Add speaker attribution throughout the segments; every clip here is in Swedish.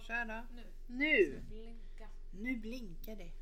Speaker 1: Kör då.
Speaker 2: Nu.
Speaker 1: Nu!
Speaker 2: Blinka.
Speaker 1: Nu blinkar det.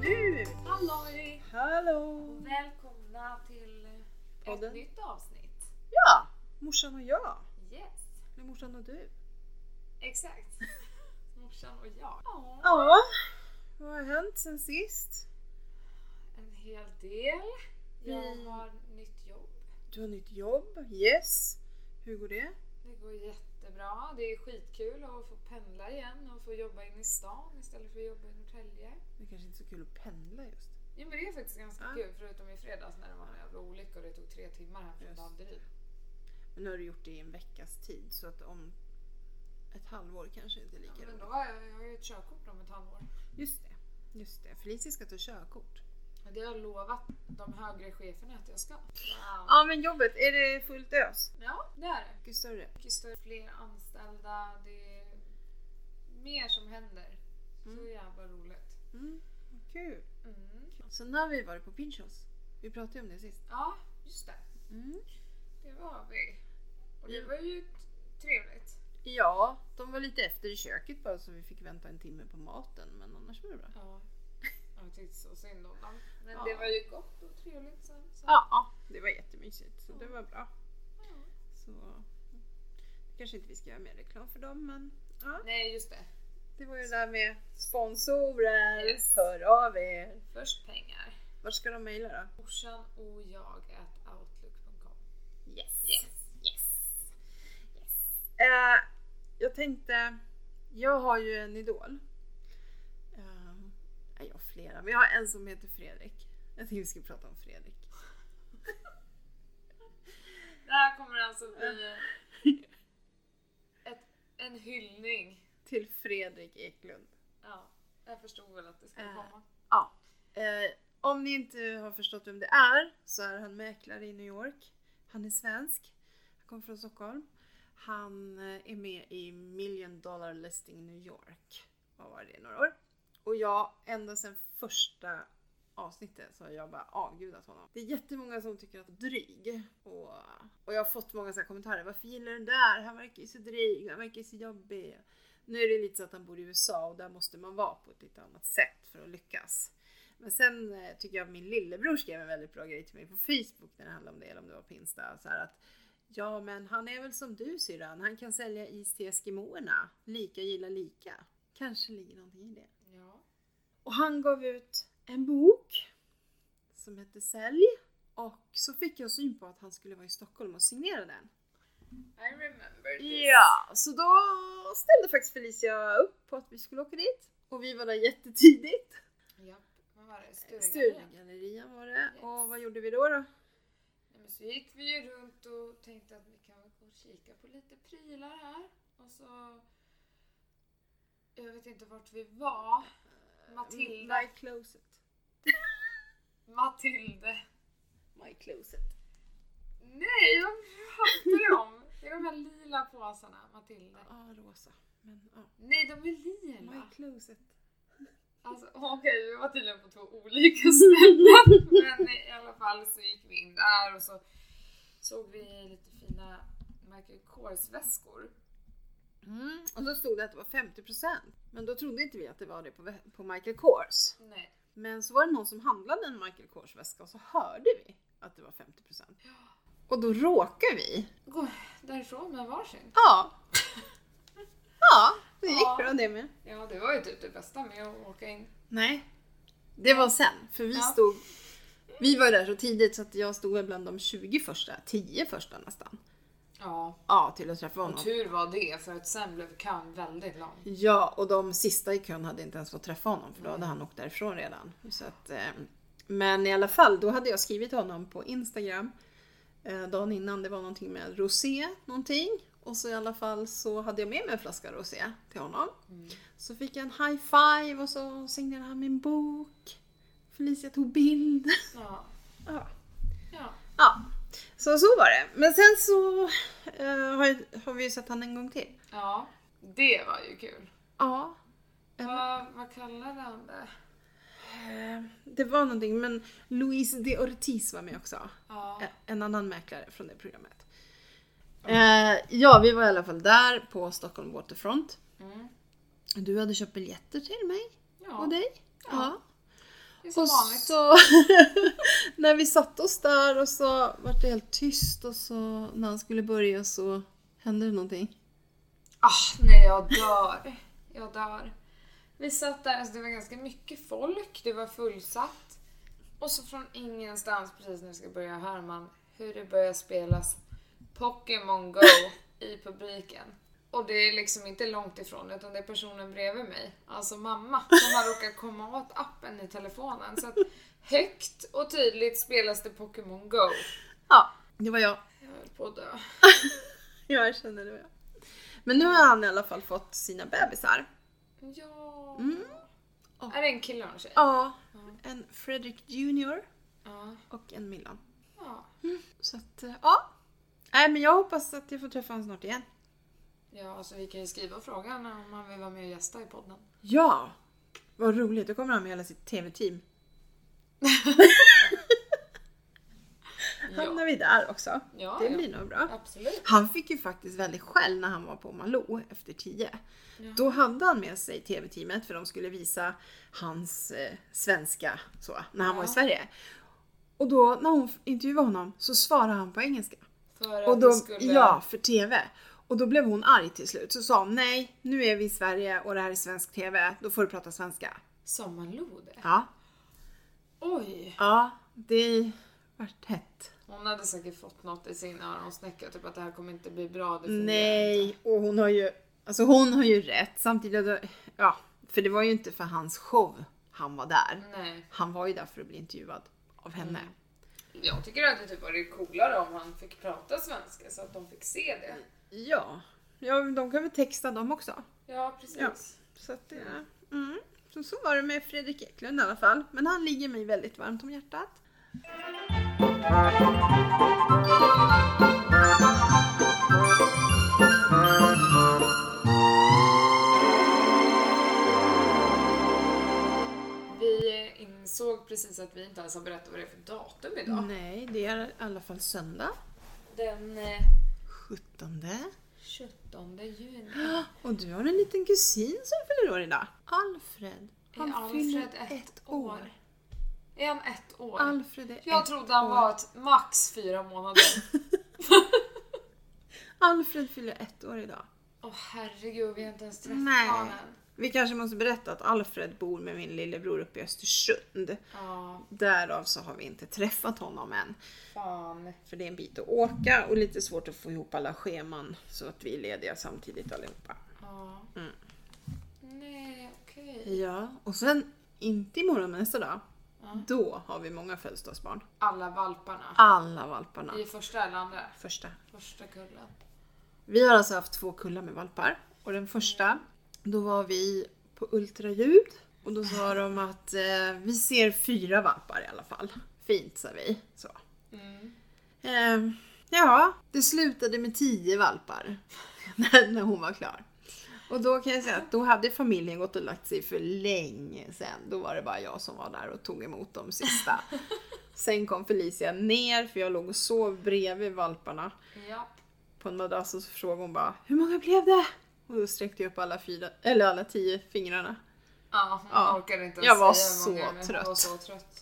Speaker 1: Nu!
Speaker 2: Halloj!
Speaker 1: Hallå!
Speaker 2: Och välkomna till eh, ett
Speaker 1: Podden.
Speaker 2: nytt avsnitt.
Speaker 1: Ja! Morsan och jag.
Speaker 2: Yes.
Speaker 1: Eller morsan och du.
Speaker 2: Exakt. Morsan och jag. Ja.
Speaker 1: Ja. Vad har hänt sen sist?
Speaker 2: En hel del.
Speaker 1: Vi-
Speaker 2: Jag har nytt jobb.
Speaker 1: Du har nytt jobb. Yes. Hur går det?
Speaker 2: Det går jättebra. Det är skitkul att få pendla igen och få jobba in i stan istället för att jobba i Norrtälje.
Speaker 1: Det är kanske inte är så kul att pendla just.
Speaker 2: Jo men det är faktiskt ganska
Speaker 1: Ja.
Speaker 2: kul förutom i fredags när det var en jävla olycka och det tog tre timmar här från
Speaker 1: Just.
Speaker 2: Danderyd.
Speaker 1: Men nu har du gjort det i en veckas tid så att om ett halvår kanske inte är
Speaker 2: Ja,
Speaker 1: lika
Speaker 2: men
Speaker 1: roligt.
Speaker 2: då har jag, jag har ju ett körkort om ett halvår.
Speaker 1: Just det. Just det. Felicia ska ta körkort.
Speaker 2: Och Det har jag lovat de högre cheferna att jag ska. Wow.
Speaker 1: Ja men jobbet, är det fullt ös?
Speaker 2: Ja, det är det.
Speaker 1: Mycket större.
Speaker 2: Mycket större, fler anställda, det är mer som händer. Så
Speaker 1: Mm.
Speaker 2: jävla roligt.
Speaker 1: Mm. vad Kul.
Speaker 2: Mm.
Speaker 1: Sen har vi varit på Pinchos. Vi pratade ju om det sist.
Speaker 2: Ja, just det.
Speaker 1: Mm.
Speaker 2: Det var vi. Och det
Speaker 1: Mm.
Speaker 2: var ju t- trevligt.
Speaker 1: Ja, de var lite efter i köket bara så vi fick vänta en timme på maten men annars var det bra.
Speaker 2: Ja. Jag tyckte så synd om dem. Men
Speaker 1: Ja.
Speaker 2: det var ju gott och trevligt sen. Så.
Speaker 1: Ja, det var jättemysigt så det var bra.
Speaker 2: Ja.
Speaker 1: Så kanske inte vi ska göra mer reklam för dem men ja.
Speaker 2: Nej, just det.
Speaker 1: Det var ju det där med sponsorer.
Speaker 2: Yes.
Speaker 1: Hör av er.
Speaker 2: Först pengar.
Speaker 1: Var ska de mejla då?
Speaker 2: Morsan och jag at outlook.com.
Speaker 1: Yes.
Speaker 2: Yes.
Speaker 1: Yes. yes. Eh, jag tänkte, jag har ju en idol. Eh, nej, jag har flera, men jag har en som heter Fredrik. Jag tänkte vi skulle prata om Fredrik.
Speaker 2: Det här kommer alltså bli ett, en hyllning.
Speaker 1: Till Fredrik Eklund.
Speaker 2: Ja, jag förstod väl att det skulle
Speaker 1: Äh.
Speaker 2: komma.
Speaker 1: Ja. Eh, om ni inte har förstått vem det är så är han mäklare i New York. Han är svensk. Han kommer från Stockholm. Han eh, är med i Million Dollar Listing New York. Vad var det? Några år. Och jag, ända sedan första avsnittet så har jag bara avgudat honom. Det är jättemånga som tycker att han är dryg. Och, och jag har fått många så här kommentarer. Varför gillar du den där? Han verkar ju så dryg. Han verkar ju så jobbig. Nu är det lite så att han bor i USA och där måste man vara på ett lite annat sätt för att lyckas. Men sen eh, tycker jag min lillebror skrev en väldigt bra grej till mig på Facebook när det handlade om det, eller om det var på Insta. Så här att, ja men han är väl som du syrran, han kan sälja is till Eskimoerna. Lika gillar lika. Kanske ligger någonting i det.
Speaker 2: Ja.
Speaker 1: Och han gav ut en bok som hette Sälj. Och så fick jag syn på att han skulle vara i Stockholm och signera den.
Speaker 2: I remember this.
Speaker 1: Ja, så då ställde faktiskt Felicia upp på att vi skulle åka dit. Och vi var där jättetidigt.
Speaker 2: Japp. Vad var det? Stugan?
Speaker 1: Sturegallerian var det.
Speaker 2: Yes.
Speaker 1: Och vad gjorde vi då? då?
Speaker 2: Nej, men så gick vi ju runt och tänkte att vi kan väl gå och kika på lite prylar här. Och så... Jag vet inte vart vi var. Matilda.
Speaker 1: My closet.
Speaker 2: Matilde.
Speaker 1: My closet.
Speaker 2: Nej, vad pratar du om? Det är de här lila påsarna, Matilda.
Speaker 1: Ja, ah, rosa. Men ja.
Speaker 2: Nej, de är
Speaker 1: My
Speaker 2: lila.
Speaker 1: closet.
Speaker 2: Alltså, Okej, vi var tydligen på två olika ställen. Men i alla fall så gick vi in där och så såg vi lite fina Michael Kors-väskor.
Speaker 1: Mm. Och så stod det att det var 50%. Men då trodde inte vi att det var det på, vä- på Michael Kors.
Speaker 2: Nej.
Speaker 1: Men så var det någon som handlade en Michael Kors väska och så hörde vi att det var 50%. Och då råkar vi.
Speaker 2: Gå därifrån med varsin.
Speaker 1: Ja. Ja, det gick
Speaker 2: Ja.
Speaker 1: bra det med.
Speaker 2: Ja, det var ju typ det bästa med att åka in.
Speaker 1: Nej. Det var sen, för vi
Speaker 2: Ja.
Speaker 1: stod... Vi var där så tidigt så att jag stod väl bland de 20 första, 10 första nästan.
Speaker 2: Ja,
Speaker 1: Ja, till att träffa honom.
Speaker 2: och tur var det för att sen blev kön väldigt lång.
Speaker 1: Ja, och de sista i kön hade inte ens fått träffa honom för då hade han åkt därifrån redan. Så att, eh, men i alla fall, då hade jag skrivit till honom på Instagram eh, dagen innan. Det var någonting med rosé, någonting. Och så i alla fall så hade jag med mig en flaska rosé till honom. Så fick jag en high five och så signerade han min bok. Felicia tog bild.
Speaker 2: Ja.
Speaker 1: Ja.
Speaker 2: Ja.
Speaker 1: ja. Så så var det. Men sen så eh, har, ju- har vi ju sett han en gång till.
Speaker 2: ja. Det var ju kul.
Speaker 1: Ja.
Speaker 2: Vad, vad kallade han det?
Speaker 1: Eh, Det var någonting, men Luis de Ortiz var med också.
Speaker 2: Ja.
Speaker 1: Eh, En annan mäklare från det programmet. Eh, ja, vi var i alla fall där på Stockholm Waterfront.
Speaker 2: Mm.
Speaker 1: Du hade köpt biljetter till mig och
Speaker 2: Ja,
Speaker 1: dig. Ja.
Speaker 2: det är som
Speaker 1: och
Speaker 2: vanligt.
Speaker 1: så när vi satt oss där och så vart det helt tyst och så när han skulle börja så hände det någonting.
Speaker 2: Ah, nej, jag dör. Jag dör. Vi satt där, alltså det var ganska mycket folk, det var fullsatt. Och så från ingenstans, precis när vi ska börja, hör man hur det börjar spelas Pokémon Go i publiken. Och det är liksom inte långt ifrån, utan det är personen bredvid mig, alltså mamma, som har råkat komma åt appen i telefonen. Så att högt och tydligt spelas det Pokémon Go.
Speaker 1: Ja, det var jag.
Speaker 2: Jag höll på att dö.
Speaker 1: Jag känner det var jag. Men nu har han i alla fall fått sina bebisar.
Speaker 2: Ja.
Speaker 1: Mm.
Speaker 2: Är det en kille och en tjej?
Speaker 1: Ja,
Speaker 2: Ja.
Speaker 1: en Fredrik Junior
Speaker 2: Ja.
Speaker 1: och en Milan.
Speaker 2: ja.
Speaker 1: Så att, eh, ja. Nej men jag hoppas att jag får träffa honom snart igen.
Speaker 2: Ja, alltså vi kan ju skriva frågan om han vill vara med och gästa i podden.
Speaker 1: Ja! Vad roligt, då kommer han med hela sitt TV-team. Hamnar
Speaker 2: Ja,
Speaker 1: vi där också.
Speaker 2: ja,
Speaker 1: Det
Speaker 2: ja.
Speaker 1: blir nog bra.
Speaker 2: absolut.
Speaker 1: Han fick ju faktiskt väldigt skäll när han var på Malou efter tio.
Speaker 2: Ja.
Speaker 1: Då hade han med sig TV-teamet för de skulle visa hans eh, svenska så, när han var i
Speaker 2: Ja.
Speaker 1: Sverige. Och då när hon intervjuade honom så svarade han på engelska.
Speaker 2: För att
Speaker 1: Och då,
Speaker 2: vi skulle...
Speaker 1: Ja, för TV. Och då blev hon arg till slut. Så sa hon nej, nu är vi i Sverige och det här är svensk TV. Då får du prata svenska.
Speaker 2: Som man lode.
Speaker 1: Ja,
Speaker 2: Oj!
Speaker 1: ja det vart hett.
Speaker 2: Hon hade säkert fått något i sin öronsnäcka, typ att det här kommer inte bli bra. Det fungerar inte.
Speaker 1: Nej, och hon har ju, alltså hon har ju rätt. Samtidigt, hade- ja, för det var ju inte för hans show han var där.
Speaker 2: Nej.
Speaker 1: Han var ju där för att bli intervjuad av henne.
Speaker 2: Mm. Jag tycker att det typ varit coolare om han fick prata svenska så att de fick se det.
Speaker 1: Ja. ja, de kan väl texta dem också.
Speaker 2: Ja, precis.
Speaker 1: Ja. Så att det, mm. så, så var det med Fredrik Eklund i alla fall. Men han ligger mig väldigt varmt om hjärtat.
Speaker 2: Vi insåg precis att vi inte ens har berättat vad det är för datum idag.
Speaker 1: Nej, det är i alla fall söndag.
Speaker 2: Den eh,
Speaker 1: 17.
Speaker 2: 17 juni.
Speaker 1: Och du har en liten kusin som fyller år idag. Alfred.
Speaker 2: Han är Alfred ett, år? Är han ett år?
Speaker 1: Alfred är
Speaker 2: jag
Speaker 1: ett
Speaker 2: trodde han
Speaker 1: år.
Speaker 2: var ett max fyra månader.
Speaker 1: Alfred fyller ett år idag.
Speaker 2: Åh herregud, vi har inte ens träffat
Speaker 1: Nej.
Speaker 2: honom än.
Speaker 1: Vi kanske måste berätta att Alfred bor med min lillebror uppe i Östersund.
Speaker 2: Ja,
Speaker 1: Därav så har vi inte träffat honom än.
Speaker 2: fan.
Speaker 1: För det är en bit att åka och lite svårt att få ihop alla scheman så att vi är lediga samtidigt allihopa.
Speaker 2: Ja.
Speaker 1: Mm.
Speaker 2: Nej, okej.
Speaker 1: Ja, och sen inte imorgon men nästa dag.
Speaker 2: Ja.
Speaker 1: Då har vi många födelsedagsbarn.
Speaker 2: Alla valparna.
Speaker 1: Alla valparna.
Speaker 2: I första eller andra?
Speaker 1: Första.
Speaker 2: Första kullen.
Speaker 1: Vi har alltså haft två kullar med valpar. Och den första, då var vi på ultraljud. Och då sa de att eh, vi ser fyra valpar i alla fall. Fint sa vi. Så.
Speaker 2: Mm.
Speaker 1: Eh, ja, det slutade med tio valpar. När, när hon var klar. Och då kan jag säga att då hade familjen gått och lagt sig för länge sedan. Då var det bara jag som var där och tog emot de sista. Sen kom Felicia ner för jag låg och sov bredvid valparna
Speaker 2: Ja.
Speaker 1: på en madrass och så frågade hon bara Hur många blev det? Och då sträckte jag upp alla fyra, eller alla tio fingrarna.
Speaker 2: Ja, hon
Speaker 1: Ja.
Speaker 2: orkade inte ens
Speaker 1: Jag var
Speaker 2: säga hur många,
Speaker 1: så
Speaker 2: men
Speaker 1: trött.
Speaker 2: Hon var så trött.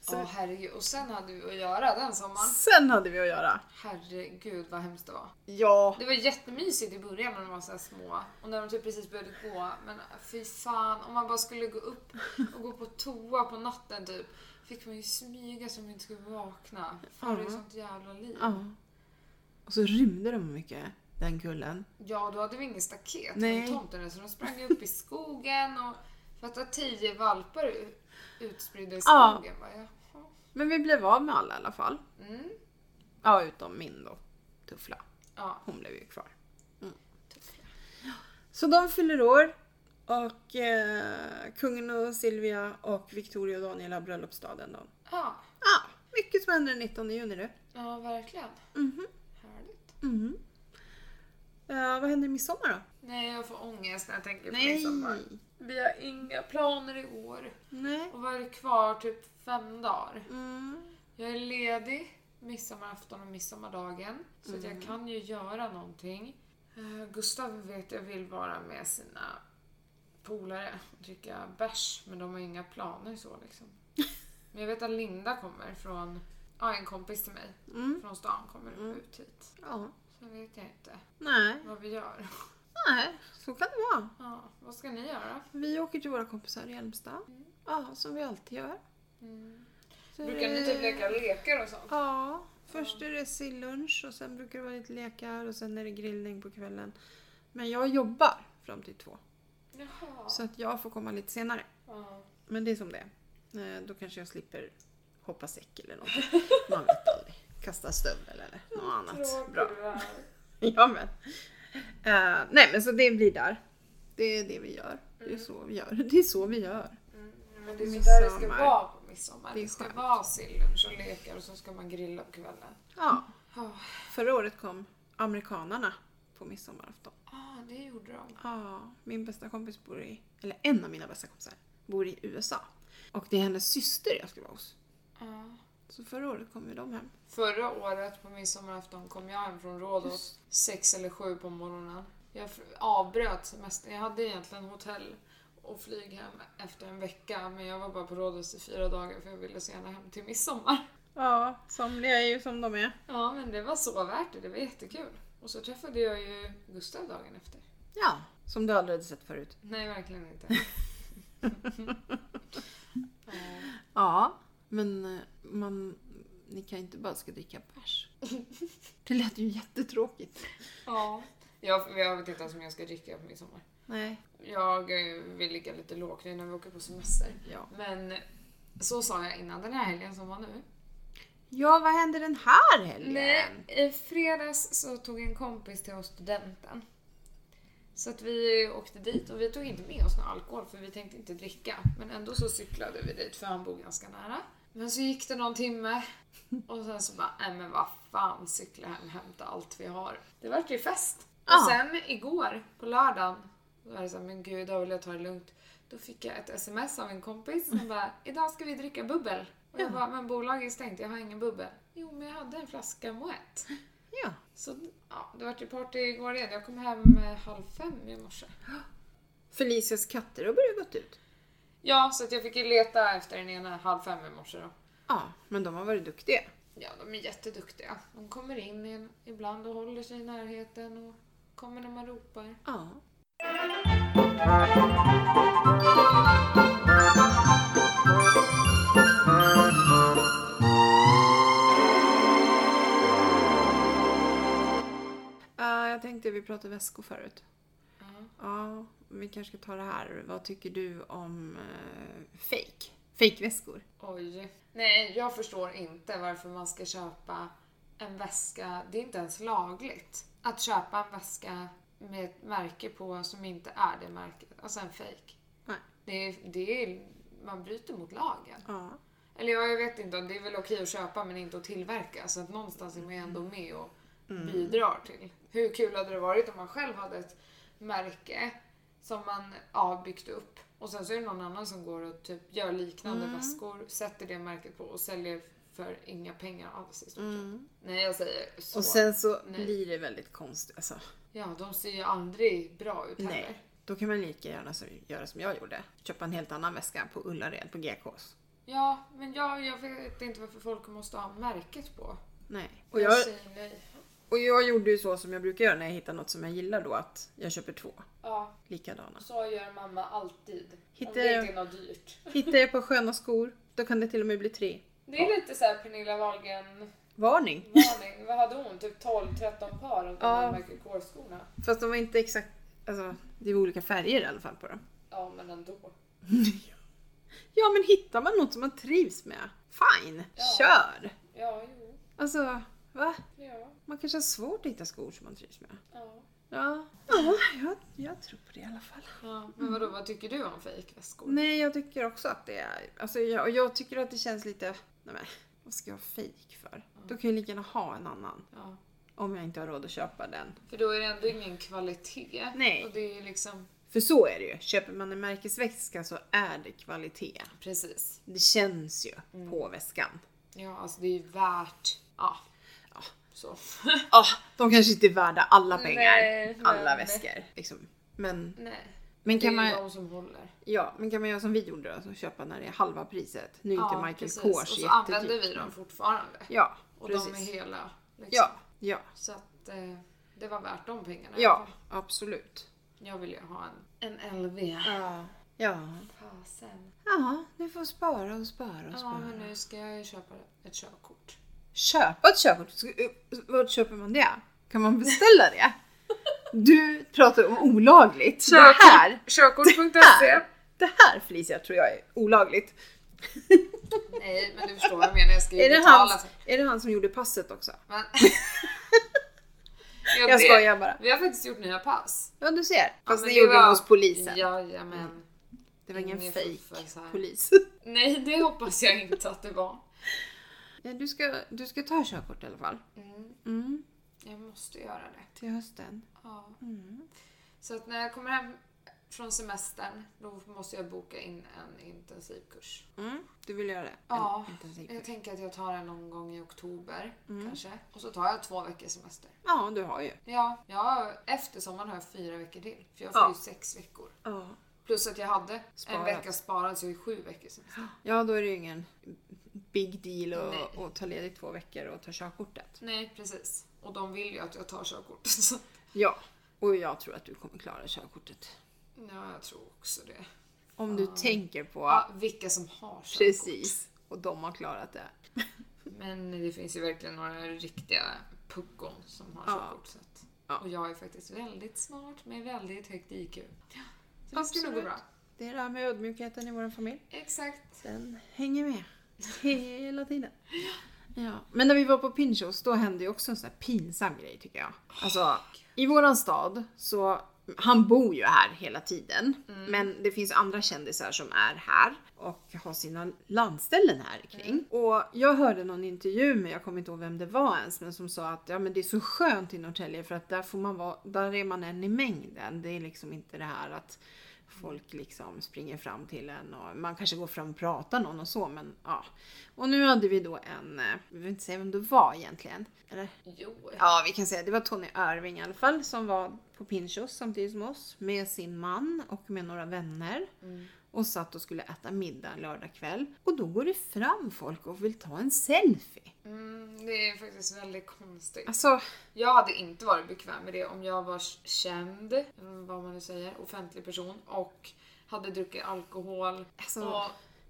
Speaker 1: Så-
Speaker 2: Åh herregud. Och sen hade vi att göra den sommaren.
Speaker 1: Sen hade vi att göra.
Speaker 2: Herregud vad hemskt det var.
Speaker 1: Ja,
Speaker 2: Det var jättemysigt i början när de var så här små och när de typ precis började gå. Men äh, fy fan, om man bara skulle gå upp och gå på toa på natten typ. Fick man ju smyga så man inte skulle vakna. För det är
Speaker 1: Ja.
Speaker 2: sånt jävla liv.
Speaker 1: ja. Och så rymde de mycket, den kullen.
Speaker 2: Ja, då hade vi ingen staket
Speaker 1: Nej.
Speaker 2: Nej. tomten så de sprang upp i skogen och fatta tio valpar u- utspridda i
Speaker 1: Ja.
Speaker 2: skogen. Bara, jaha.
Speaker 1: Men vi blev av med alla i alla fall.
Speaker 2: Mm.
Speaker 1: Ja, utom min då. Tuffla.
Speaker 2: Ja,
Speaker 1: Hon blev ju kvar.
Speaker 2: tufft.
Speaker 1: Så de fyller år. Och eh, kungen och Silvia och Victoria och Daniel har bröllopsdag den dagen.
Speaker 2: Ja,
Speaker 1: Ja, mycket som händer den 19 juni du.
Speaker 2: ja verkligen.
Speaker 1: Mhm.
Speaker 2: Härligt.
Speaker 1: Mhm. Eh, vad händer i midsommar då?
Speaker 2: Nej, jag får ångest när jag tänker på midsommar. Vi har inga planer i år.
Speaker 1: Nej.
Speaker 2: Och vad är det kvar? Typ fem dagar.
Speaker 1: Mm.
Speaker 2: Jag är ledig midsommarafton och midsommardagen. Så att jag kan ju göra någonting. Eh, Gustav vet jag vill vara med sina polare och dricka bärs. Men de har inga planer så liksom. Men jag vet att Linda kommer från, ja en kompis till mig.
Speaker 1: Mm.
Speaker 2: Från stan kommer ut hit.
Speaker 1: Ja.
Speaker 2: Sen vet jag inte
Speaker 1: Nej.
Speaker 2: vad vi gör.
Speaker 1: Nej, så kan det vara.
Speaker 2: Ja, vad ska ni göra?
Speaker 1: Vi åker till våra kompisar i Älmstad. Ja, som vi alltid gör.
Speaker 2: Mm.
Speaker 1: Så
Speaker 2: Brukar ni
Speaker 1: det-
Speaker 2: typ leka lekar och sånt?
Speaker 1: Ja, först är det sillunch och sen brukar det vara lite lekar och sen är det grillning på kvällen. Men jag jobbar fram till två.
Speaker 2: Jaha.
Speaker 1: Så att jag får komma lite senare.
Speaker 2: Ja.
Speaker 1: Men det är som det är. Eh, Då kanske jag slipper hoppa säck eller någonting. Man vet aldrig. Kasta stövel eller något annat.
Speaker 2: Tråkig
Speaker 1: Bra.
Speaker 2: du är.
Speaker 1: Ja men. Eh, nej men så det blir där. Det är det vi gör. Det är så vi gör. Det är så vi gör.
Speaker 2: Mm, Men det är så
Speaker 1: Midsommar.
Speaker 2: där det ska vara på midsommar.
Speaker 1: Det är
Speaker 2: Det ska
Speaker 1: skönt.
Speaker 2: vara sillunch och lekar och så ska man grilla på kvällen.
Speaker 1: Ja.
Speaker 2: Ja,
Speaker 1: Förra året kom amerikanarna på midsommarafton.
Speaker 2: ah, det gjorde de.
Speaker 1: Ja, min bästa kompis bor i, eller en av mina bästa kompisar, bor i USA. Och det är hennes syster jag ska vara hos.
Speaker 2: Ja.
Speaker 1: Så förra året kom ju de hem.
Speaker 2: Förra året på midsommarafton kom jag hem från Rhodos sex eller sju på morgonen. Jag fr- avbröt semestern. Jag hade egentligen hotell och flyg hem efter en vecka men jag var bara på Rhodos i fyra dagar för jag ville så gärna hem till midsommar.
Speaker 1: Ja, somliga är ju som de är.
Speaker 2: Ja, men det var så värt det. Det var jättekul. Och så träffade jag ju Gustav dagen efter.
Speaker 1: Ja, som du aldrig hade sett förut.
Speaker 2: Nej, verkligen inte. Eh, Ja.
Speaker 1: Ja, men eh, man, ni kan ju inte bara ska dricka bärs. Det lät ju jättetråkigt.
Speaker 2: Ja. Jag, jag vet inte ens om jag ska dricka på midsommar.
Speaker 1: Nej.
Speaker 2: Jag eh, vill ligga lite lågt nu när vi åker på semester.
Speaker 1: Ja.
Speaker 2: Men så sa jag innan den här helgen som var nu.
Speaker 1: ja, vad händer den här helgen?
Speaker 2: i fredags så tog en kompis till oss studenten. Så att vi åkte dit och vi tog inte med oss någon alkohol för vi tänkte inte dricka. Men ändå så cyklade vi dit för han bor ganska nära. Men så gick det någon timme och sen så bara, nej men vad fan, cykla hem, hämta allt vi har. Det vart ju fest.
Speaker 1: Ja.
Speaker 2: Och sen igår på lördagen, då var det såhär, men gud idag vill jag ta det lugnt. Då fick jag ett sms av en kompis som bara, idag ska vi dricka bubbel. Och jag bara, men bolaget är stängt, jag har ingen bubbel. Jo men jag hade en flaska Moët.
Speaker 1: Ja.
Speaker 2: Så ja, det vart ju party igår igen. Jag kom hem eh, halv fem i morse.
Speaker 1: Felicias katter har börjat gått ut.
Speaker 2: Ja, så att jag fick ju leta efter den ena halv fem i morse då.
Speaker 1: Ja, men de har varit duktiga.
Speaker 2: Ja, de är jätteduktiga. De kommer in i- ibland och håller sig i närheten och kommer när man ropar.
Speaker 1: Ja. jag tänkte vi pratade väskor förut. Ja, vi kanske ska ta det här. Vad tycker du om eh, fake? Fake-väskor?
Speaker 2: Oj. Nej, jag förstår inte varför man ska köpa en väska. Det är inte ens lagligt att köpa en väska med ett märke på som inte är det märket. Alltså en fake.
Speaker 1: Nej.
Speaker 2: Det är, det är, man bryter mot lagen.
Speaker 1: Ja.
Speaker 2: Eller ja, jag vet inte, det är väl okej att köpa men inte att tillverka. Så att någonstans är man ändå med och
Speaker 1: Mm.
Speaker 2: bidrar till. Hur kul hade det varit om man själv hade ett märke som man ja, byggt upp och sen så är det någon annan som går och typ gör liknande
Speaker 1: Mm.
Speaker 2: väskor, sätter det märket på och säljer för inga pengar alls i stort sett. Nej, jag säger så.
Speaker 1: Mm. Och sen så
Speaker 2: Nej.
Speaker 1: blir det väldigt konstigt. Alltså,
Speaker 2: Ja, de ser ju aldrig bra ut heller.
Speaker 1: nej. Då kan man lika gärna så, göra som jag gjorde. Köpa en helt annan väska på Ullared på GKs.
Speaker 2: Ja, men jag, jag vet inte varför folk måste ha märket på.
Speaker 1: Nej.
Speaker 2: Och jag, säger nej.
Speaker 1: Och jag gjorde ju så som jag brukar göra när jag hittar något som jag gillar då att jag köper två
Speaker 2: Ja,
Speaker 1: likadana.
Speaker 2: Så gör mamma alltid.
Speaker 1: Hittar-
Speaker 2: Om det inte är något dyrt.
Speaker 1: Hittar jag på sköna skor, då kan det till och med bli tre.
Speaker 2: Det är lite såhär Pernilla Wahlgren-varning.
Speaker 1: Varning!
Speaker 2: Vad hade hon? Typ 12-13 par av de
Speaker 1: Ja.
Speaker 2: här Michael Kors-skorna.
Speaker 1: Fast de var inte exakt, alltså det var olika färger i alla fall på dem.
Speaker 2: Ja, men ändå.
Speaker 1: Ja men hittar man något som man trivs med, fine!
Speaker 2: Ja.
Speaker 1: Kör!
Speaker 2: Ja, jo.
Speaker 1: Alltså, va?
Speaker 2: Ja.
Speaker 1: Man kanske har svårt att hitta skor som man trivs med.
Speaker 2: ja.
Speaker 1: Ja, ja jag, jag tror på det i alla fall.
Speaker 2: Ja, men vadå, vad tycker du om fejkväskor?
Speaker 1: Nej, jag tycker också att det är... Alltså jag, och jag tycker att det känns lite... Nej men, vad ska jag ha fejk för? Då kan jag lika gärna ha en annan.
Speaker 2: Ja.
Speaker 1: Om jag inte har råd att köpa den.
Speaker 2: För då är det ändå ingen kvalitet.
Speaker 1: Nej.
Speaker 2: Och det är ju liksom,
Speaker 1: För så är det ju. Köper man en märkesväska så är det kvalitet.
Speaker 2: precis.
Speaker 1: Det känns ju
Speaker 2: Mm.
Speaker 1: på väskan.
Speaker 2: Ja, alltså det är ju värt, ja.
Speaker 1: Ja.
Speaker 2: Så.
Speaker 1: Ah, de kanske inte är värda alla pengar.
Speaker 2: Nej,
Speaker 1: alla
Speaker 2: men-
Speaker 1: väskor. Liksom. Men,
Speaker 2: Nej.
Speaker 1: men,
Speaker 2: Det är
Speaker 1: kan man,
Speaker 2: ju de som håller.
Speaker 1: ja, men kan man göra som vi gjorde då? Alltså, köpa när det är halva priset. Nu är inte Michael
Speaker 2: precis. Och
Speaker 1: Kors
Speaker 2: så
Speaker 1: jättedyrt,
Speaker 2: använder vi
Speaker 1: men-
Speaker 2: dem fortfarande.
Speaker 1: Ja,
Speaker 2: Och
Speaker 1: precis.
Speaker 2: de är hela. Liksom.
Speaker 1: Ja, ja,
Speaker 2: Så att eh, det var värt de pengarna. i alla
Speaker 1: ja,
Speaker 2: fall.
Speaker 1: absolut.
Speaker 2: Jag vill ju ha en, en LV.
Speaker 1: Ja. Ja.
Speaker 2: Fasen.
Speaker 1: ja, du får spara och spara och
Speaker 2: Ja,
Speaker 1: spara.
Speaker 2: men nu ska jag ju köpa ett körkort.
Speaker 1: Köpa ett körkort? Ska- Vart köper man det? Kan man beställa det? Du pratar om olagligt. Det här,
Speaker 2: Körkort.se.
Speaker 1: det här Felicia tror jag är olagligt.
Speaker 2: Nej, men du förstår vad jag menar. Jag ska ju
Speaker 1: Är det, han,
Speaker 2: betala.
Speaker 1: är det han som gjorde passet också?
Speaker 2: Men...
Speaker 1: Jag
Speaker 2: det-
Speaker 1: skojar bara.
Speaker 2: Vi har faktiskt gjort nya pass.
Speaker 1: Ja du ser. Fast
Speaker 2: men
Speaker 1: ni
Speaker 2: det
Speaker 1: gjorde det
Speaker 2: var-
Speaker 1: hos polisen.
Speaker 2: Jajamän.
Speaker 1: det var ingen
Speaker 2: ingen
Speaker 1: fake
Speaker 2: fuffens här.
Speaker 1: polis.
Speaker 2: Nej, det hoppas jag inte att det var.
Speaker 1: Ja, du, ska, du ska ta körkort i alla fall.
Speaker 2: Mm,
Speaker 1: Mm,
Speaker 2: jag måste göra det.
Speaker 1: till hösten.
Speaker 2: Ja.
Speaker 1: Mm.
Speaker 2: Så att när jag kommer hem från semestern, då måste jag boka in en intensivkurs.
Speaker 1: Mm, du vill göra det?
Speaker 2: Ja, Eh.
Speaker 1: En intensiv
Speaker 2: Jag
Speaker 1: kurs.
Speaker 2: tänker att jag tar den någon gång i oktober,
Speaker 1: Mm.
Speaker 2: kanske. Och så tar jag två veckors semester.
Speaker 1: Ja, du har ju.
Speaker 2: Ja, ja, efter sommaren har jag fyra veckor till. För jag får
Speaker 1: Ja.
Speaker 2: ju sex veckor.
Speaker 1: Ja.
Speaker 2: Plus att jag hade en
Speaker 1: Sparat.
Speaker 2: vecka sparad, så jag är sju veckor semester.
Speaker 1: Ja, då är det ju ingen big deal
Speaker 2: Nej.
Speaker 1: att- att ta ledigt två veckor och ta körkortet.
Speaker 2: Nej, precis. Och de vill ju att jag tar körkort. så-
Speaker 1: Ja, och jag tror att du kommer klara körkortet.
Speaker 2: ja, jag tror också det.
Speaker 1: Om du tänker på
Speaker 2: Ja, vilka som har körkort.
Speaker 1: precis och de har klarat det.
Speaker 2: Men det finns ju verkligen några riktiga puckon som har
Speaker 1: Ja.
Speaker 2: körkort. Så att,
Speaker 1: Ja.
Speaker 2: Och jag är faktiskt väldigt smart med väldigt högt IQ. Så det ska
Speaker 1: Absolut.
Speaker 2: nog gå bra.
Speaker 1: Det är det här med ödmjukheten i vår familj.
Speaker 2: Exakt.
Speaker 1: Den hänger med hela tiden. Ja. Men när vi var på Pinchos då hände ju också en sån här pinsam grej tycker jag. Alltså, i våran stad så, han bor ju här hela tiden. Men det finns andra kändisar som är här och har sina landställen här kring. Och jag hörde någon intervju med, jag kommer inte ihåg vem det var ens, men som sa att ja men det är så skönt i Norrtälje för att där får man vara, där är man en i mängden. Det är liksom inte det här att folk liksom springer fram till en och man kanske går fram och pratar någon och så men ja. Och nu hade vi då en, eh, jag vill inte säga vem det var egentligen. Eller?
Speaker 2: Jo.
Speaker 1: Ja vi kan säga det var Tony Irving i alla fall som var på Pinchos samtidigt som oss med sin man och med några vänner. Och satt och skulle äta middag en lördagkväll. Och då går det fram folk och vill ta en selfie.
Speaker 2: Mm, det är faktiskt väldigt konstigt.
Speaker 1: Alltså,
Speaker 2: Jag hade inte varit bekväm med det om jag var känd, mm, vad man nu säger, offentlig person och hade druckit alkohol.
Speaker 1: Alltså.
Speaker 2: Och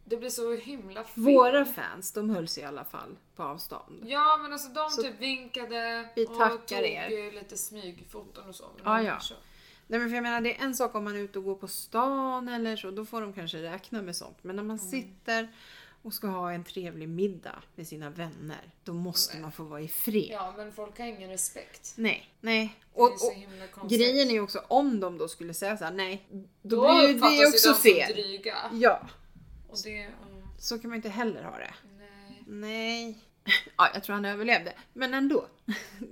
Speaker 2: det blir så himla fel.
Speaker 1: våra fans de höll sig i alla fall på avstånd.
Speaker 2: Ja men alltså de
Speaker 1: Så-
Speaker 2: typ vinkade
Speaker 1: Vi
Speaker 2: och
Speaker 1: tackar
Speaker 2: tog
Speaker 1: er.
Speaker 2: ju lite smygfoton och så. men
Speaker 1: Ja, ja.
Speaker 2: annars så-
Speaker 1: Nej men för jag menar det är en sak om man är ute och går på stan eller så, då får de kanske räkna med sånt. Men när man
Speaker 2: Mm.
Speaker 1: sitter och ska ha en trevlig middag med sina vänner, då måste man få vara i fred.
Speaker 2: Ja, men folk har ingen respekt.
Speaker 1: Nej, nej.
Speaker 2: Det
Speaker 1: Och,
Speaker 2: är så
Speaker 1: och
Speaker 2: himla konstigt.
Speaker 1: grejen är ju också om de då skulle säga så här: nej, då,
Speaker 2: Då
Speaker 1: blir ju
Speaker 2: uppfattas
Speaker 1: det också
Speaker 2: de som
Speaker 1: fel.
Speaker 2: Dryga.
Speaker 1: Ja,
Speaker 2: Och det, mm,
Speaker 1: så kan man ju inte heller ha det.
Speaker 2: nej.
Speaker 1: Nej. Ja, jag tror han överlevde. Men ändå.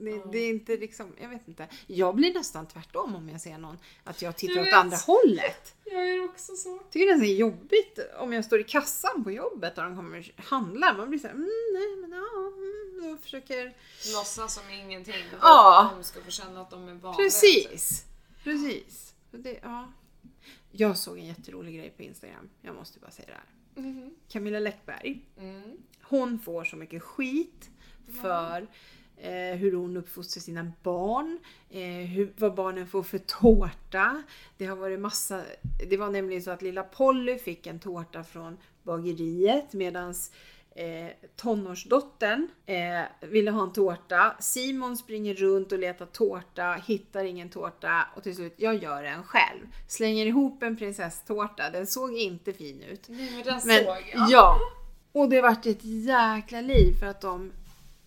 Speaker 1: Det, det är inte liksom, jag vet inte. Jag blir nästan tvärtom om jag ser någon. Att jag tittar
Speaker 2: Jag
Speaker 1: åt
Speaker 2: vet.
Speaker 1: andra hållet.
Speaker 2: Jag är också så.
Speaker 1: Tycker det är nästan jobbigt om jag står i kassan på jobbet och de kommer handla. Man blir såhär, mm, nej men ja. Mm, och försöker...
Speaker 2: Låtsas som ingenting. bara
Speaker 1: Ja.
Speaker 2: för att De ska få känna att de är vanliga. typ.
Speaker 1: Precis! Precis. Så Det, ja. Jag såg en jätterolig grej på Instagram. Jag måste bara säga det här.
Speaker 2: Mhm.
Speaker 1: Camilla Läckberg.
Speaker 2: Mm.
Speaker 1: Hon får så mycket skit för eh, hur hon uppfostrar sina barn, eh, hur, vad barnen får för tårta. Det har varit massa, det var nämligen så att lilla Polly fick en tårta från bageriet medans Eh, tonårsdottern eh, ville ha en tårta. Simon springer runt och letar tårta, hittar ingen tårta och till slut, jag gör en själv. Slänger ihop en prinsesstårta, den såg inte fin ut.
Speaker 2: Nej, men den
Speaker 1: Men,
Speaker 2: såg jag.
Speaker 1: ja. Och det vart ett jäkla liv för att de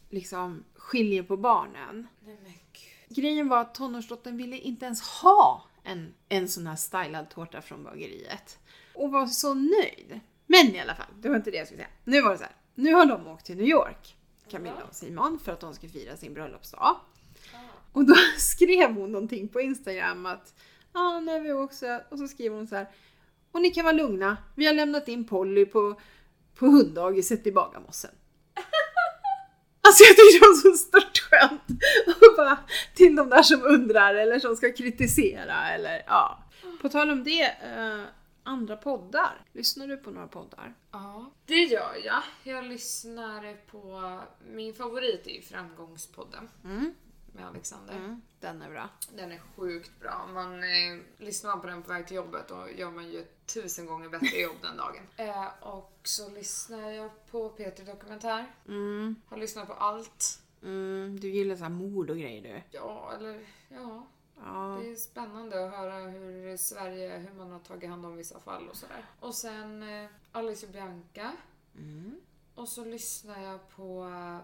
Speaker 1: liksom skiljer på barnen.
Speaker 2: Nej men gud.
Speaker 1: Grejen var att tonårsdottern ville inte ens ha en, en sån här stylad tårta från bageriet. Och var så nöjd. Men i alla fall, det var inte det jag skulle säga. Nu var det så här. Nu har de åkt till New York, Camilla och Simon, för att de ska fira sin bröllopsdag. Och då skrev hon någonting på Instagram att ja, ah, när vi också och så skriver hon så här. Och ni kan vara lugna, vi har lämnat in Polly på, på hunddagiset i Bagarmossen. Alltså jag tyckte det var så stört skönt. Och bara till de där som undrar eller som ska kritisera eller ja. På tal om det, eh, andra poddar. Lyssnar du på några poddar?
Speaker 2: Ja, det gör jag. Jag lyssnar på... Min favorit är ju Framgångspodden
Speaker 1: Mm.
Speaker 2: med Alexander.
Speaker 1: Den är bra.
Speaker 2: Den är sjukt bra. Om man eh, lyssnar på den på väg till jobbet då gör man ju ett tusen gånger bättre jobb den dagen. Eh, och så lyssnar jag på Peter Dokumentär.
Speaker 1: Mm.
Speaker 2: Har lyssnat på allt.
Speaker 1: Mm. Du gillar så här mord och grejer du.
Speaker 2: Ja, eller ja.
Speaker 1: Ja.
Speaker 2: Det är spännande att höra hur Sverige, hur man har tagit hand om vissa fall och sådär. Och sen eh, Alice och Bianca.
Speaker 1: Mm.
Speaker 2: Och så lyssnar jag på, eh,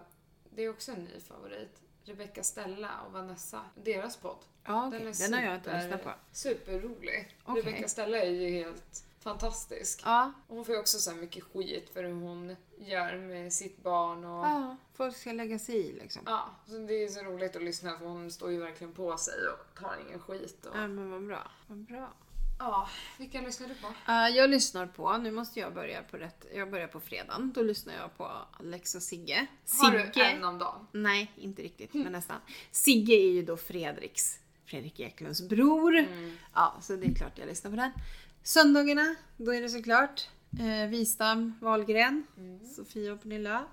Speaker 2: det är också en ny favorit, Rebecca Stella och Vanessa. Deras podd.
Speaker 1: Ja, okej. Den, har jag inte lyssnat på.
Speaker 2: Superrolig.
Speaker 1: Okej.
Speaker 2: Rebecca Stella är ju helt fantastisk.
Speaker 1: Ja.
Speaker 2: Och Hon får ju också så här mycket skit för hur hon gör med sitt barn och...
Speaker 1: ja. Folk ska lägga sig i liksom.
Speaker 2: Ja, så det är så roligt att lyssna för hon står ju verkligen på sig och tar ingen skit. Och...
Speaker 1: Ja, men vad bra. Vad bra.
Speaker 2: Ja, vilka lyssnar du på?
Speaker 1: Eh, jag lyssnar på, nu måste jag börja på rätt, jag börjar på fredagen. Då lyssnar jag på Alex och Sigge. Mm.
Speaker 2: Har du en om dagen?
Speaker 1: Nej, inte riktigt, men nästan. Sigge är ju då Fredriks, Fredrik Eklunds bror. Ja, så det är klart jag lyssnar på den. Söndagarna, då är det såklart eh, Vistam, Wahlgren, Sofia och Pernilla.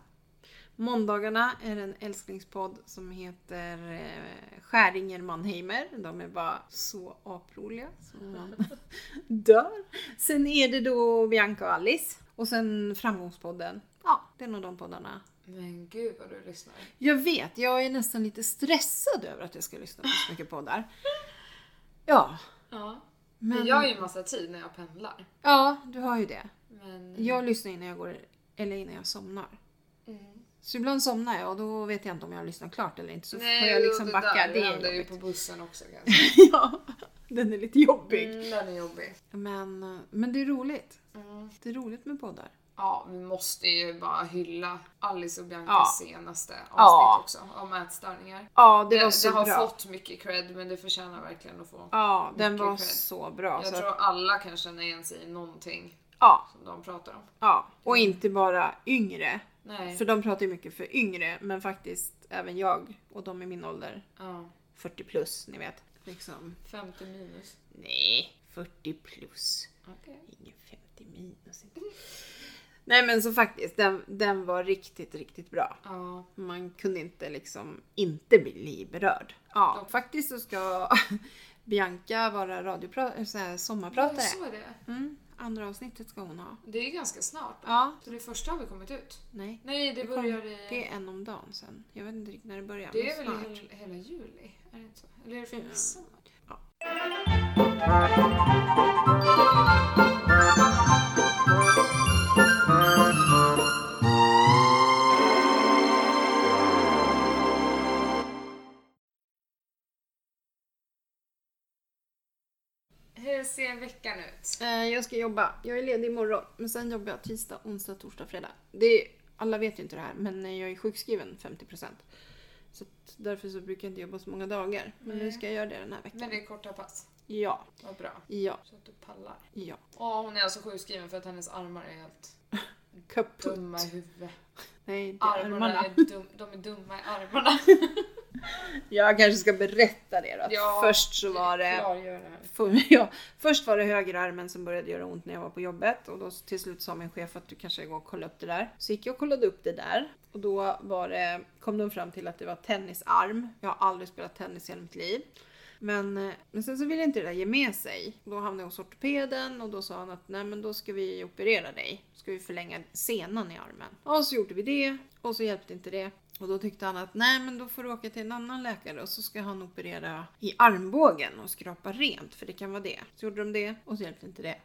Speaker 1: Måndagarna är en älsklingspodd som heter eh, Skäringer Mannheimer. De är bara så aproliga så man dör. Sen är det då Bianca och Alice. Och sen Framgångspodden. Ja, det är nog de poddarna
Speaker 2: Men gud vad du lyssnar.
Speaker 1: jag vet, jag är nästan lite stressad över att jag ska lyssna på så mycket poddar. Ja,
Speaker 2: Ja. Men...
Speaker 1: men...
Speaker 2: jag har ju massa tid när jag pendlar.
Speaker 1: Ja, du har ju det.
Speaker 2: Men...
Speaker 1: Jag lyssnar innan jag går, eller innan jag somnar.
Speaker 2: Mm.
Speaker 1: Så ibland somnar jag och då vet jag inte om jag har lyssnat klart eller inte. Så får
Speaker 2: Nej,
Speaker 1: jag
Speaker 2: och
Speaker 1: liksom
Speaker 2: det
Speaker 1: backa.
Speaker 2: där
Speaker 1: Det
Speaker 2: händer
Speaker 1: är
Speaker 2: ju
Speaker 1: jobbigt.
Speaker 2: på bussen också kanske.
Speaker 1: ja, den är lite jobbig.
Speaker 2: Mm, den är jobbig.
Speaker 1: Men, eh, men det är roligt.
Speaker 2: Mm.
Speaker 1: Det är roligt med poddar.
Speaker 2: Ja, vi måste ju bara hylla Alice och Biancas
Speaker 1: Ja.
Speaker 2: senaste avsnitt
Speaker 1: Ja.
Speaker 2: också om ätstörningar.
Speaker 1: Ja, det,
Speaker 2: Det,
Speaker 1: var
Speaker 2: det,
Speaker 1: så
Speaker 2: har
Speaker 1: bra.
Speaker 2: fått mycket cred men det förtjänar verkligen att få.
Speaker 1: Ja, den
Speaker 2: mycket
Speaker 1: var
Speaker 2: cred.
Speaker 1: så bra.
Speaker 2: jag
Speaker 1: Så,
Speaker 2: tror
Speaker 1: att-
Speaker 2: alla kan känna igen sig i någonting
Speaker 1: ja,
Speaker 2: som de pratar om.
Speaker 1: ja, och inte bara yngre.
Speaker 2: Nej.
Speaker 1: För de pratar ju mycket för yngre, men faktiskt även jag och de i min ålder,
Speaker 2: Ja,
Speaker 1: 40 plus, ni vet. Liksom,
Speaker 2: 50 minus.
Speaker 1: nej, 40 plus.
Speaker 2: Okej.
Speaker 1: Ingen 50 minus. inte. Nej men så faktiskt, den, den var riktigt, riktigt bra.
Speaker 2: Ja.
Speaker 1: Man kunde inte liksom inte bli berörd. Ja,
Speaker 2: Ja.
Speaker 1: faktiskt så ska Bianca vara radiopra- så här,
Speaker 2: Jag
Speaker 1: sommarpratare.
Speaker 2: såg det.
Speaker 1: Mm, andra avsnittet ska hon ha.
Speaker 2: Det är ju ganska snart.
Speaker 1: Ja,
Speaker 2: Så det första har väl kommit ut?
Speaker 1: nej.
Speaker 2: Nej, det
Speaker 1: Det kom-
Speaker 2: börjar i...
Speaker 1: Det är en om dagen sen. Jag vet inte riktigt när det börjar.
Speaker 2: Det
Speaker 1: men
Speaker 2: är väl
Speaker 1: snart.
Speaker 2: hel, hela juli? Är det inte så? Eller är det för midsommar?
Speaker 1: Ja.
Speaker 2: Hur ser veckan ut?
Speaker 1: Eh, Jag ska jobba. Jag är ledig imorgon. Men sen jobbar jag tisdag, onsdag, torsdag, fredag. Det är, alla vet ju inte det här, men eh, jag är sjukskriven 50%. Så att därför så brukar jag inte jobba så många dagar. Men nu
Speaker 2: Nej.
Speaker 1: ska jag göra det den här veckan.
Speaker 2: Men det är korta pass.
Speaker 1: Ja,
Speaker 2: Vad bra.
Speaker 1: ja,
Speaker 2: Så att du pallar.
Speaker 1: ja.
Speaker 2: Åh, hon är alltså sjukskriven för att hennes armar är helt
Speaker 1: Kaputt.
Speaker 2: dumma i huvudet.
Speaker 1: Nej, det är
Speaker 2: Armarna
Speaker 1: armarna.
Speaker 2: är dum, de är dumma i armarna.
Speaker 1: Jag kanske ska berätta det då. att
Speaker 2: Ja,
Speaker 1: Först så var det...
Speaker 2: Klargör det här.
Speaker 1: För, ja, först var det högerarmen som började göra ont när jag var på jobbet och då till slut sa min chef att du kanske går och kollar upp det där. Så gick jag och kollade upp det där och då var det, kom de fram till att det var tennisarm. Jag har aldrig spelat tennis i hela mitt liv. Men, eh, men sen så ville inte det där ge med sig. Då hamnade jag hos ortopeden och då sa han att nej men då ska vi operera dig. Ska vi förlänga senan i armen. Och så gjorde vi det och så hjälpte inte det. Och då tyckte han att nej men då får du åka till en annan läkare och så ska han operera i armbågen och skrapa rent för det kan vara det. Så gjorde de det och så hjälpte inte det.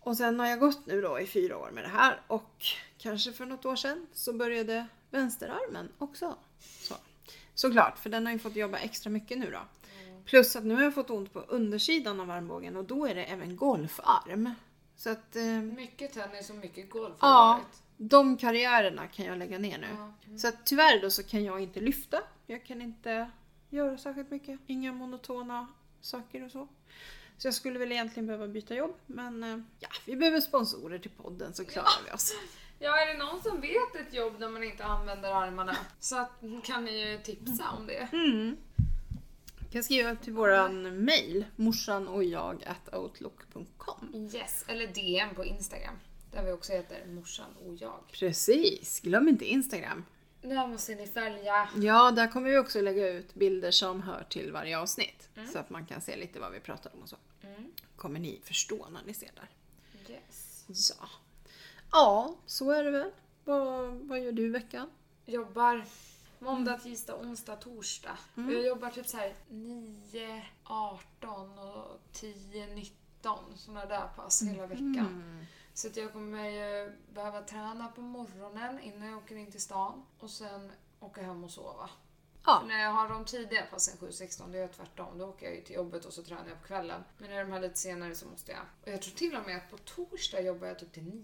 Speaker 1: Och sen har jag gått nu då i fyra år med det här och kanske för något år sedan så började vänsterarmen också. Så. Såklart, för den har ju fått jobba extra mycket nu då. Plus att nu har jag fått ont på undersidan av armbågen och då är det även golfarm. Så att eh,
Speaker 2: Mycket tennis och mycket golf
Speaker 1: Ja.
Speaker 2: har det varit.
Speaker 1: de karriärerna kan jag lägga ner nu.
Speaker 2: Ja. Mm.
Speaker 1: Så att tyvärr då så kan jag inte lyfta. Jag kan inte göra särskilt mycket. Inga monotona saker och så. Så jag skulle väl egentligen behöva byta jobb men eh, ja, vi behöver sponsorer till podden så klarar vi oss.
Speaker 2: ja, är det någon som vet ett jobb där man inte använder armarna så att, kan ni ju tipsa om det.
Speaker 1: Mm. Jag kan skriva till våran mail, morsan och jag at outlook.com.
Speaker 2: Yes, eller DM på Instagram. Där vi också heter morsan och jag.
Speaker 1: Precis, glöm inte Instagram.
Speaker 2: Där måste ni följa.
Speaker 1: Ja, där kommer vi också lägga ut bilder som hör till varje avsnitt. Så att man kan se lite vad vi pratar om och så.
Speaker 2: Mm.
Speaker 1: Kommer ni förstå när ni ser där.
Speaker 2: Yes.
Speaker 1: Ja, ja så är det väl. Vad, vad gör du i veckan?
Speaker 2: Jobbar måndag, tisdag, onsdag, torsdag. Jag jobbar typ så här 9, 18 och 10, 19 sådana där pass hela veckan. Så att jag kommer ju behöva träna på morgonen innan jag åker in till stan och sen åka hem och sova.
Speaker 1: Ja.
Speaker 2: För när jag har de tidiga passen 7-16 då är jag tvärtom. Då åker jag ju till jobbet och så tränar jag på kvällen. Men när de här lite senare så måste jag. Och jag tror till och med att på torsdag jobbar jag typ till 9.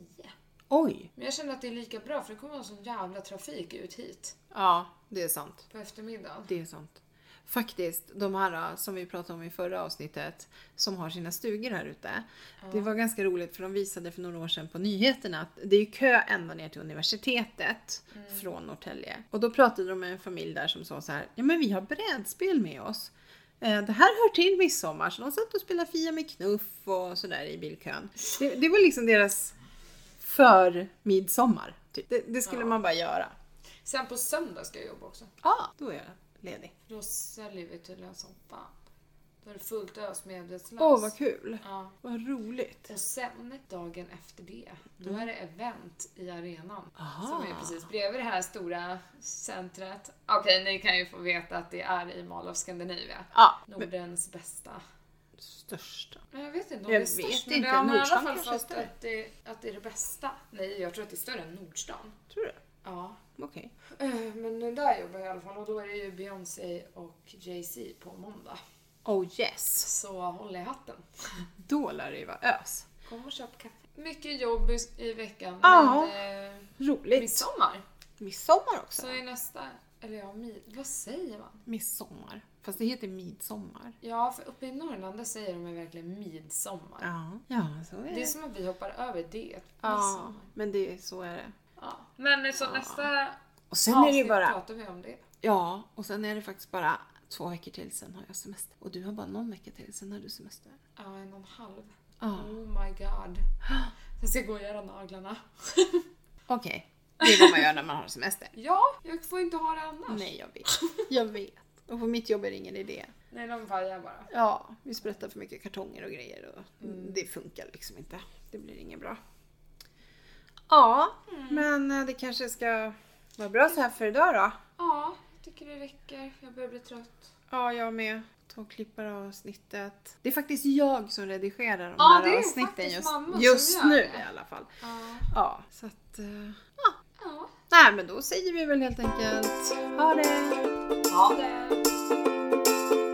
Speaker 1: Oj!
Speaker 2: Men jag känner att det är lika bra för det kommer vara sån jävla trafik ut hit
Speaker 1: Ja, det är sant.
Speaker 2: på eftermiddagen.
Speaker 1: Det är sant. Faktiskt, de här äh, som vi pratade om i förra avsnittet som har sina stugor här ute. Det var ganska roligt för de visade för några år sedan på nyheterna att det är ju kö ända ner till universitetet från Norrtälje. Och då pratade de med en familj där som sa så här, ja men vi har brädspel med oss. Eh, Det här hör till midsommar, så de satt och spelade Fia med knuff och sådär i bilkön. Det, det var liksom deras för midsommar. Typ. Det, det skulle
Speaker 2: Ja.
Speaker 1: man bara göra.
Speaker 2: Sen på söndag ska jag jobba också.
Speaker 1: Ja, då är jag ledig.
Speaker 2: För då säljer vi tydligen som fan. Då är det fullt ös medvetslös.
Speaker 1: Åh, vad kul!
Speaker 2: ja.
Speaker 1: Vad roligt.
Speaker 2: Och sen dagen efter det, då är det event i arenan.
Speaker 1: Mm. Aha.
Speaker 2: Som är precis bredvid det här stora centret. Okej, ni kan ju få veta att det är i Mall of Scandinavia.
Speaker 1: Ja, men
Speaker 2: Nordens bästa.
Speaker 1: största.
Speaker 2: Men jag vet inte om
Speaker 1: Jag
Speaker 2: det är
Speaker 1: vet
Speaker 2: störst, men
Speaker 1: inte.
Speaker 2: det har man i alla
Speaker 1: Nordstan
Speaker 2: fall
Speaker 1: kanske är
Speaker 2: fått
Speaker 1: större.
Speaker 2: att det, att det är det bästa. Nej, jag tror att det är större än Nordstan.
Speaker 1: Tror du?
Speaker 2: Ja.
Speaker 1: Okej.
Speaker 2: Eh, Men där jobbar jag i alla fall och då är det ju Beyoncé och Jay-Z på måndag.
Speaker 1: Oh yes.
Speaker 2: Så håll i hatten.
Speaker 1: Då lär det ju vara ös.
Speaker 2: Kom och köp kaffe. Mycket jobb i- i veckan.
Speaker 1: Ja.
Speaker 2: Men, eh,
Speaker 1: Roligt.
Speaker 2: midsommar.
Speaker 1: midsommar också.
Speaker 2: Så är nästa, eller ja, mid, vad säger man?
Speaker 1: Midsommar. Fast det heter midsommar.
Speaker 2: Ja, för uppe i Norrland där säger de ju verkligen midsommar.
Speaker 1: Ja, ja så är
Speaker 2: Det är
Speaker 1: det.
Speaker 2: som att vi hoppar över det.
Speaker 1: Ja,
Speaker 2: Midsommar.
Speaker 1: men det, är- så är det.
Speaker 2: Ja. Men eh, så nästa
Speaker 1: Och sen är det ju
Speaker 2: avsnitt
Speaker 1: bara...
Speaker 2: pratar vi om det.
Speaker 1: Ja, och sen är det faktiskt bara två veckor till sen har jag semester. Och du har bara någon vecka till sen har du semester.
Speaker 2: Ja, en och en halv.
Speaker 1: Ja.
Speaker 2: Oh my god. Jag ska gå och göra naglarna.
Speaker 1: Okej. Det är vad man gör när man har semester.
Speaker 2: Ja, jag får inte ha det annars.
Speaker 1: Nej, jag vet. Jag vet. Och på mitt jobb är det ingen idé.
Speaker 2: Nej, de vajar bara.
Speaker 1: Ja, vi sprättar för mycket kartonger och grejer och det funkar liksom inte. Det blir inget bra. Ja, men eh, det kanske ska vara bra så här för idag då.
Speaker 2: Ja, jag tycker det räcker. Jag börjar bli trött.
Speaker 1: Ja, jag med. Ta och klippa det här avsnittet. Det är faktiskt jag som redigerar de
Speaker 2: Ja, det
Speaker 1: här
Speaker 2: är ju
Speaker 1: avsnitten
Speaker 2: faktiskt
Speaker 1: just,
Speaker 2: mamma som
Speaker 1: just
Speaker 2: gör
Speaker 1: nu
Speaker 2: det.
Speaker 1: i alla fall.
Speaker 2: Ja.
Speaker 1: Ja, så att... eh, Ja.
Speaker 2: Ja.
Speaker 1: Nej, men då säger vi väl helt enkelt ha det!
Speaker 2: Ha det.